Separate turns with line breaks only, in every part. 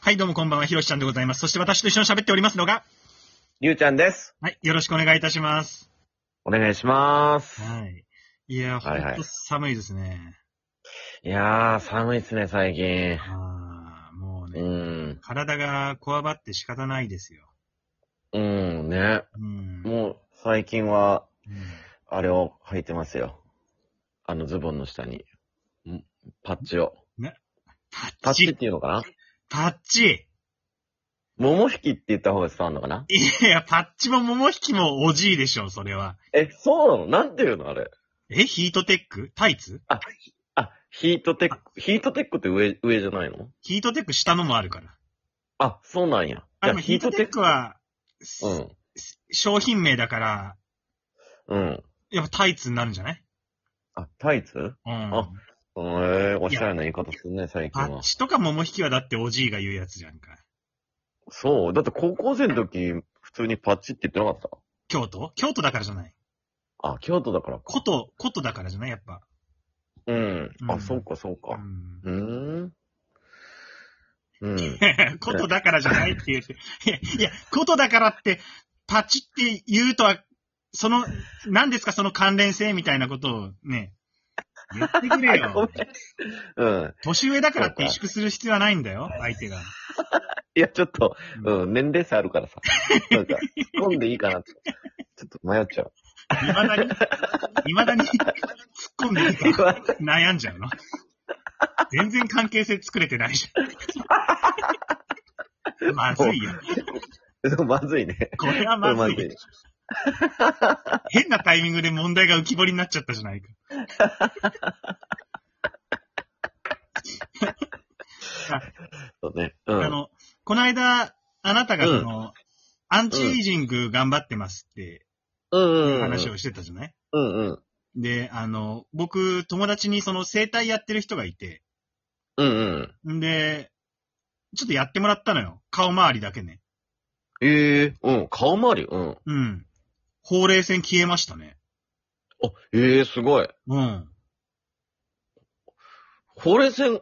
はい、どうもこんばんは、ひろしちゃんでございます。そして私と一緒に喋っておりますのが、
ゆうちゃんです。
はい、よろしくお願いいたします。
お願いします。
はい。いやー、
はいはい
ほんと寒いですね。
いやー、寒いっすね、最近。
あーもう
う
ね、
ん。
体がこわばって仕方ないですよ。
うん、ね。
うん。
もう、最近は、
うん
あれを履いてますよ。あのズボンの下に。んパッチを。
パ
パ
ッ
ッチっ
チ、
ていうのかな
パッチ
桃引きって言った方が伝わるのかない
や、パッチも桃引きもおじいでしょ、それは。
え、そうなのなんていうのあれ。
え、ヒートテックタイツ
あ、ヒートテック、ヒートテックって上、上じゃないの
ヒートテック下のもあるから。
あ、そうなんや。
あ、でもヒートテックは、
ヒートテック、
商品名だから、
うん。うん。
やっぱタイツになるんじゃない
あ、タイツうん
うん。
あえー、おしゃれな言い方するね、最近
パ
は
ッ。チとか桃引きはだっておじいが言うやつじゃんか。
そう。だって高校生の時、普通にパッチって言ってなかっ
京都京都だからじゃない。
たあ、京都だから
こ
か。
と、ことだからじゃないやっぱ。
うん。
う
あ、
ん
そうか、そう
う
か。
ん。
うーん。うん。
ことだからじゃないって言って。 いや、いや、ことだからって、パチって言うとは、その、何ですかその関連性みたいなことをね、言ってくれ
ごめ
よ
ん。うん。
年上だからって萎
そうか
縮する必要はないんだよ、相手が。
いや、ちょっと、
うん
うん、年齢差あるからさ。なんか、突っ込んでいいかなって。ちょっと迷っちゃう。
未だに、未だに突っ込んでいいか悩んじゃうの。全然関係性作れてないじゃ ん。まずいよ。
でもまずいね。
これは
こ
ま
れま
ず
ず
い。
い。
変なタイミングで問題が浮き彫りになっちゃったじゃないか。
そうね。う
あ
ん。
の、この間、あなたがその、アンチエイジング頑張ってますって
うんうんうん。
話をしてたじゃない、
うんうん。
で、あの、僕、友達にその生体やってる人がいて、
うんうん。
んで、ちょっとやってもらったのよ。顔周りだけね。
ええうん。顔周りうん。
うん。ほうれい線消えましたね。
あ、ええすごい。
うん。
ほうれい線、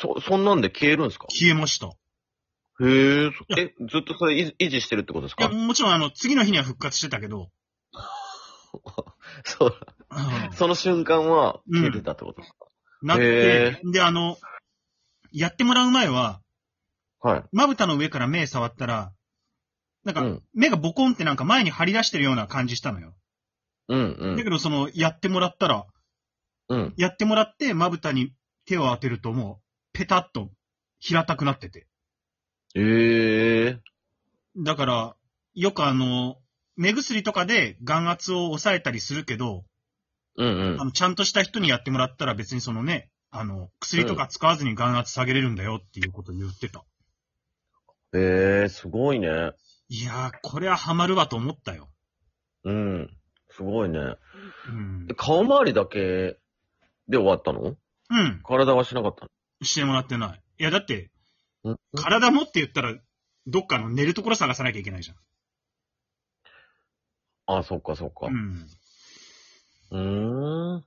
そ、そんなんで消えるんですか
消えました。い
へえ、そえ、ずっとそれ維維持してるってことです
や、
か
もちろんあの、次の日には復活してたけ ど、
そ
う
う。
ん
その瞬間は、消えてたってことですか、
なって
へ、
で、あの、やってもらう前は、
はい。
まぶたの上から目触ったら、なん
う
か、
ん。
目がボコンってなんか前に張り出してるような感じしたのよ。
うん
だけど、その、やってもらったら、
うん。うん。
やってもらって、まぶたに手を当てるともう、ペタッと平たくなってて。
ええ
だから、よくあの、目薬とかで眼圧を抑えたりするけど、
うんう
あ
ん。
の、ちゃんとした人にやってもらったら別にそのね、あの、薬とか使わずに眼圧下げれるんだよっていうこと言ってた。
ええすごいね。
いやー、これはハマるわと思ったよ。
うん。すごいね。
うん
で。顔周りだけで終わったの
うん。
体はしなかった
してもらってない。いや、だって、
のん
体もって言ったら、どっかの寝るところ探さなきゃいけないじ
あ、そっかそっか
ゃん。う。ん。
うーん。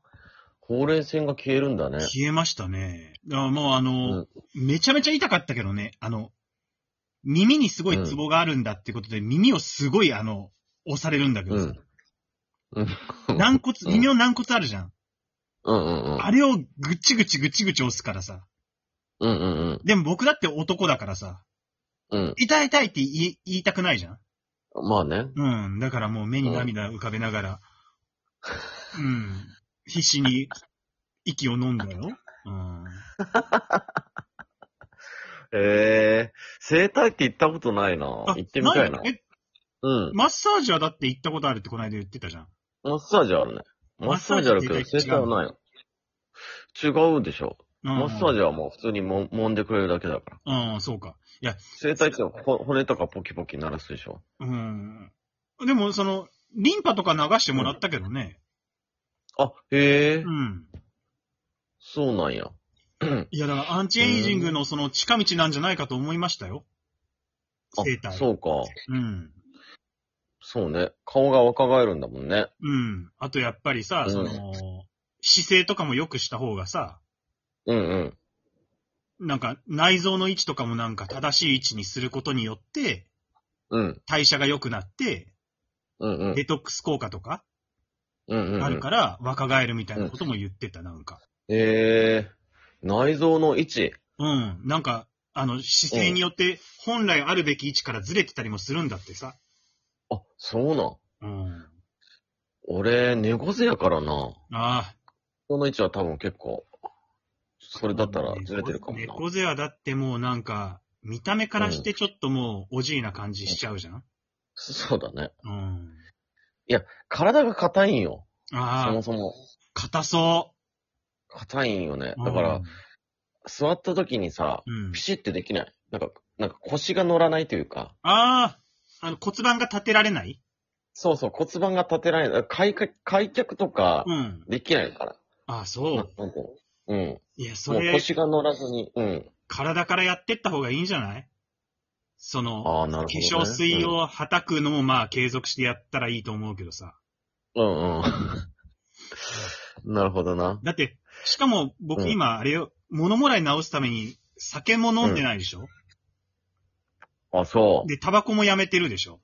ほうれい線が消えるんだね。
消えましたね。だからもうあの、めちゃめちゃ痛かったけどね、あの、耳にすごいツボがあるんだってことで、耳をすごいあの、押されるんだけどさ、
うん。
軟骨、
うん
耳の軟骨あるじゃん。
うんうんうん。
あれをぐちぐちぐちぐち押すからさ。
うんうんうん。
でも僕だって男だからさ、
うん。
痛い痛いって言い言いたくないじゃん。
まあね。
うん。だからもう目に涙浮かべながら、うん。必死に息を飲んだよ。うん。
ええ整体って行ったことないな。
あ
行ってみたいな。
んかえ、
うん。
マッサージはだって行ったことあるってこの間言ってたじゃん。
マッサージあるね。マッサージあるけど、整体はないの。違うでしょ。
うん、
マッサージはもう普通にも揉んでくれるだけだから。
うん、そうか。
整体ってほ骨とかポキポキ鳴らすでしょ。
うん。でも、その、リンパとか流してもらったけどね。
あ、へえ
う、ん。
そうなんや。
いや、だからアンチエイジングのその近道なんじゃないかと思いましたよ。整
あ、
体。う。
そうか。
うん。
そうね。顔が若返るんだもんね。
うん。あとやっぱりさ、
うん
その、姿勢とかも良くした方がさ、
うんうん。
なんか内臓の位置とかもなんか正しい位置にすることによって、
うん。
代謝が良くなって、
うんうん。
デトックス効果とか
うんうんうん、
あるから若返るみたいなことも言ってた、なんか。
えー、内臓の位置。
うん。なんか、あの、姿勢によって本来あるべき位置からずれてたりもするんだってさ。
あ、そうなん。
うん。
俺、猫背やからな。
ああ。
この位置は多分結構、それだったらずれてるかもな。
猫背はだってもうなんか、見た目からしてちょっともうおじいな感じしちゃうじゃん。
そうだね。
うん。
体が硬いんよ。そ
ああ
も、そも。
硬そ
硬いんよね。
う。
だから、
うん
座った時にさ、
うん
ピ。シってできない。なんか、なんか腰が乗らないというか。
ああ、あの骨盤が立てられない
そうそう、骨盤が立てられない。開脚開脚とか
う、ん。
できないから。
ああ、そう。
なんていうのうん。
いや、そ
もう
れ、
腰が乗らずに。うん。
体からやってった方がいいんじゃないその、
ああ、なるほど、
化
ね。
粧水をはたくのもまあ継続してやったらいいと思うけどさ。
うん。うん うん。なるほどな。
だって、しかも
う
僕
ん
今あれよ、物もらい直すために酒も飲んでないでしょ、
あ、そ
で、タバコもやめてるでしょ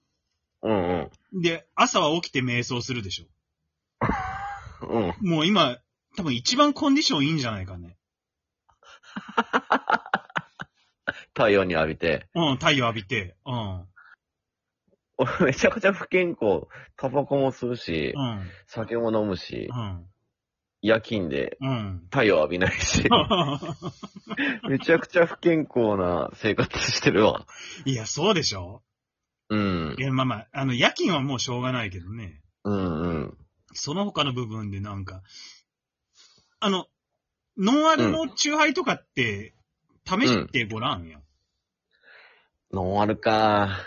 う。うんうん。
で、朝は起きて瞑想するでしょ
うん。
もう今、多分一番コンディションいいんじゃないかね。
太陽に浴びて。
うん、太陽浴びて。うん。
俺めちゃくちゃ不健康。タバコも吸うし、
うん。
酒も飲むし
う、ん。
夜勤で
うん。
太陽浴びないし、めちゃくちゃ不健康な生活してるわ。
いや、そうでしょ
うん
い。や、まあまあ、あの、夜勤はもうしょうがないけどね。
うんうん。
その他の部分でなんか、あの、ノンアルのチューハイとかって、試してごらんよ。
ノンアルか。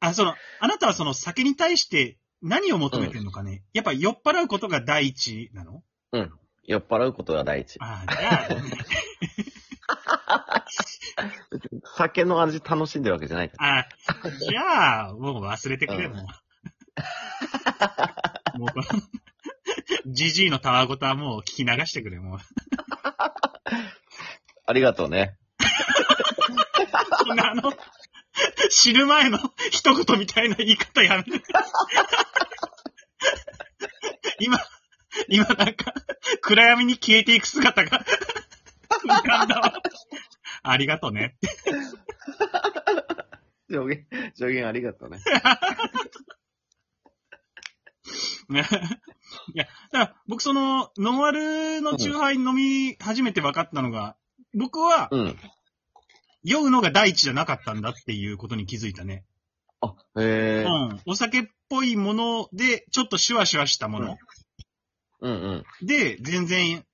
あ、その、あなたはその酒に対して何を求めてるのかね。やっぱ酔っ払うことが第一なの
酔っ払うことが第一。
ああ、じゃあ、
酒の味楽しんでるわけじゃないから。
あ、じゃあ、もう忘れてくれ、もう。もうこの、ジジイのたわごとはもう聞き流してくれ、もう。
ありがとうね。
そんなあの、死ぬ前の一言みたいな言い方やめて。今、今なんか、暗闇に消えていく姿が、浮かんだわ。ありがとうね。
上限、上限ありがとうね。
ねいや、だから僕その、ノンアルのチューハイ飲み始めて分かったのが、僕は
うん。
酔うのが第一じゃなかったんだっていうことに気づいたね。
あ、
う
へえ。
ん。お酒っぽいもので、ちょっとシュワシュワしたもの
うんうん。
で、全然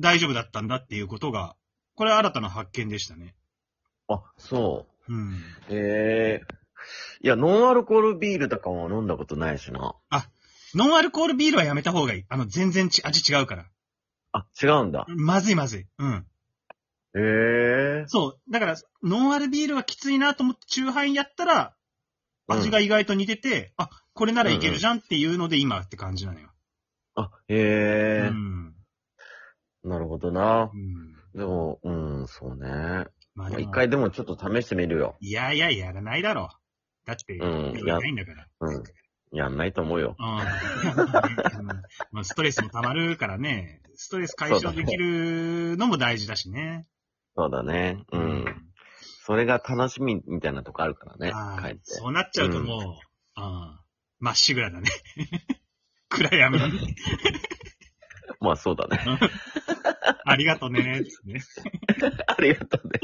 大丈夫だったんだっていうことが、これは新たな発見でしたね。
あ、そ
うん。
う。へえ。いや、ノンアルコールビールとかも飲んだことないしな。
ノンアルコールビールはやめた方がいい。あの、全然ち味違うから。
あ、違うんだ。
まずいまずい。うん。
へえ。
そう。だから、ノンアルビールはきついなと思って、チューハイやったら、
うん
味が意外と似てて、あ、これならいけるじゃんっていうので今って感じなのよ。
あ、
う
へえ、
ん。
なるほどな
う。ん。
でも、うん、そうね。
まあ
まあ
で
一
も、
回でもちょっと試してみるよ。
いやいややらないだろう。だって、
うん
やらないんだから。
うん。やんないと思うよ。
うん まあストレスも溜まるからね、ストレス解消できるのも大事だしね。
そうだね。うん。それが楽しみみたいなとこあるからね
あ。あ
帰って。
そうなっちゃうともう、ああまっしぐらだね。 暗闇に。
まあそうだね。
ありがとうね。つってね
ありがとうね。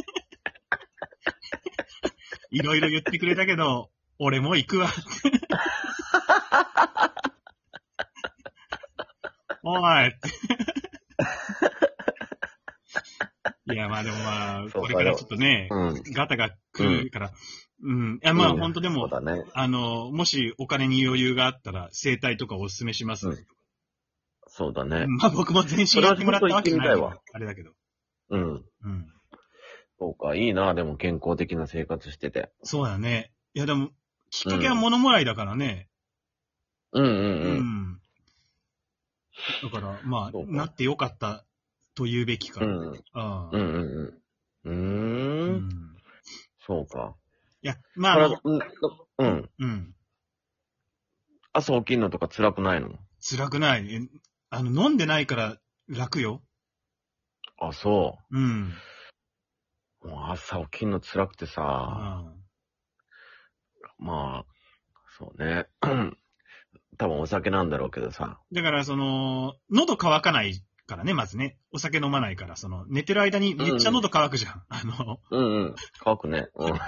いろいろ言ってくれたけど、俺も行く わ。おい。いや、まあでもまあ、
そう
これからちょっとね、
うん。
ガタが来るから。うん。いや、まあ、
うん
本当で
そう
も、
だね。
あの、もしお金に余裕があったら、生体とかおすすめしますね。
そうだね。
まあ、僕も全身やってもらったわけじゃない
それはちょっと行って
あれだけど。
う
う
ん。
ん。
そうか、いいな。でも健康的な生活してて。
そうだね。いや、でも、きっかけは物もらいだからね。
うんう
うん
うん。
だから、まあ
そう、か
なってよかったと言うべきか。
うんうん
ああ
うんうん。うー。
うんん
そうか。
いや、まあ
か
あ
ら
の、
うんうん。
うん。
朝起きるのとか辛くないの
辛くない。えあの、飲んでないから楽よ。
あ、そ
うん。
う。もう朝起きるの辛くてさ、まあ、そうね。 多分お酒なんだろうけどさ。
だから、その、喉乾かないからね、まずね。お酒飲まないから、その、寝てる間にめっちゃ喉乾くじゃん。 あの、
うんうん。乾くね。うん。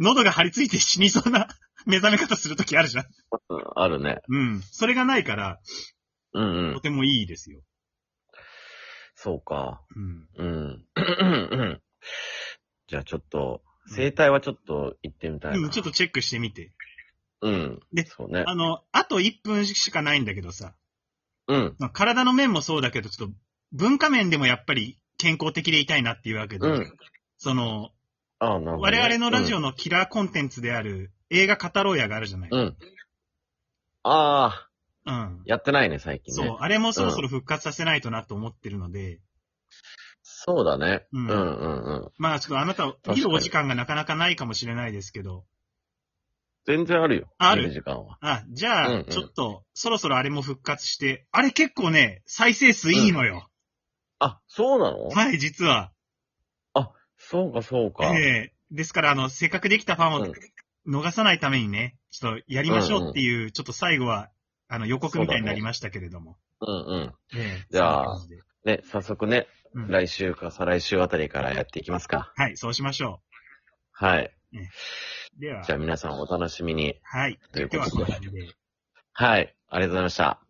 喉が張り付いて死にそうな 目覚め方するときあるじゃん。
うんあるね。
うん。それがないから、
うんう
と
ん。
てもいいですよ。
そうか。
うん。
うん。じゃあちょっと、生態はちょっと行ってみたいな。
うん、ちょっとチェックしてみて。
うん。
で
そうね。
あの、あと1分しかないんだけどさ、
うん。
まあ体の面もそうだけど、ちょっと文化面でもやっぱり健康的でいたいなっていうわけで、
うん
その、
ああ、なるほど、
我々のラジオ
の。
のキラーコンテンツである映画語ろうやがあるじゃない。
うん。あ
う
あ、
ん。
やってないね、最近
そ
ね。
う、あれもそろそろ復活させないとなと思ってるので、
そうだね。
う
うんんうんうん。
まあちょっとあなた、
かに
見るお時間がなかなかないかもしれないですけど、
全然あるよ。
ある
見時間は。
あ、じゃあ、
うんうん
ちょっと、そろそろあれも復活して、あれ結構ね、再生数いいのよ。
あ、そうなの
はい、実は。
そうか、そうか。
ええですから、あの、せっかくできたファンを
うん
逃さないためにね、ちょっとやりましょうっていう、ちょっと最後は、あの、予告みたいになりましたけれども。
うんうん。
ええ
じゃあ
そんな感じで
ね、早速ね、
うん
来週か再来週あたりからやっていきますか。
はい、そうしましょ
はい。
う。では
じゃ、あ皆さんお楽しみに。
はい。
ということで
はこんな感じで。
はい。ありがとうございました。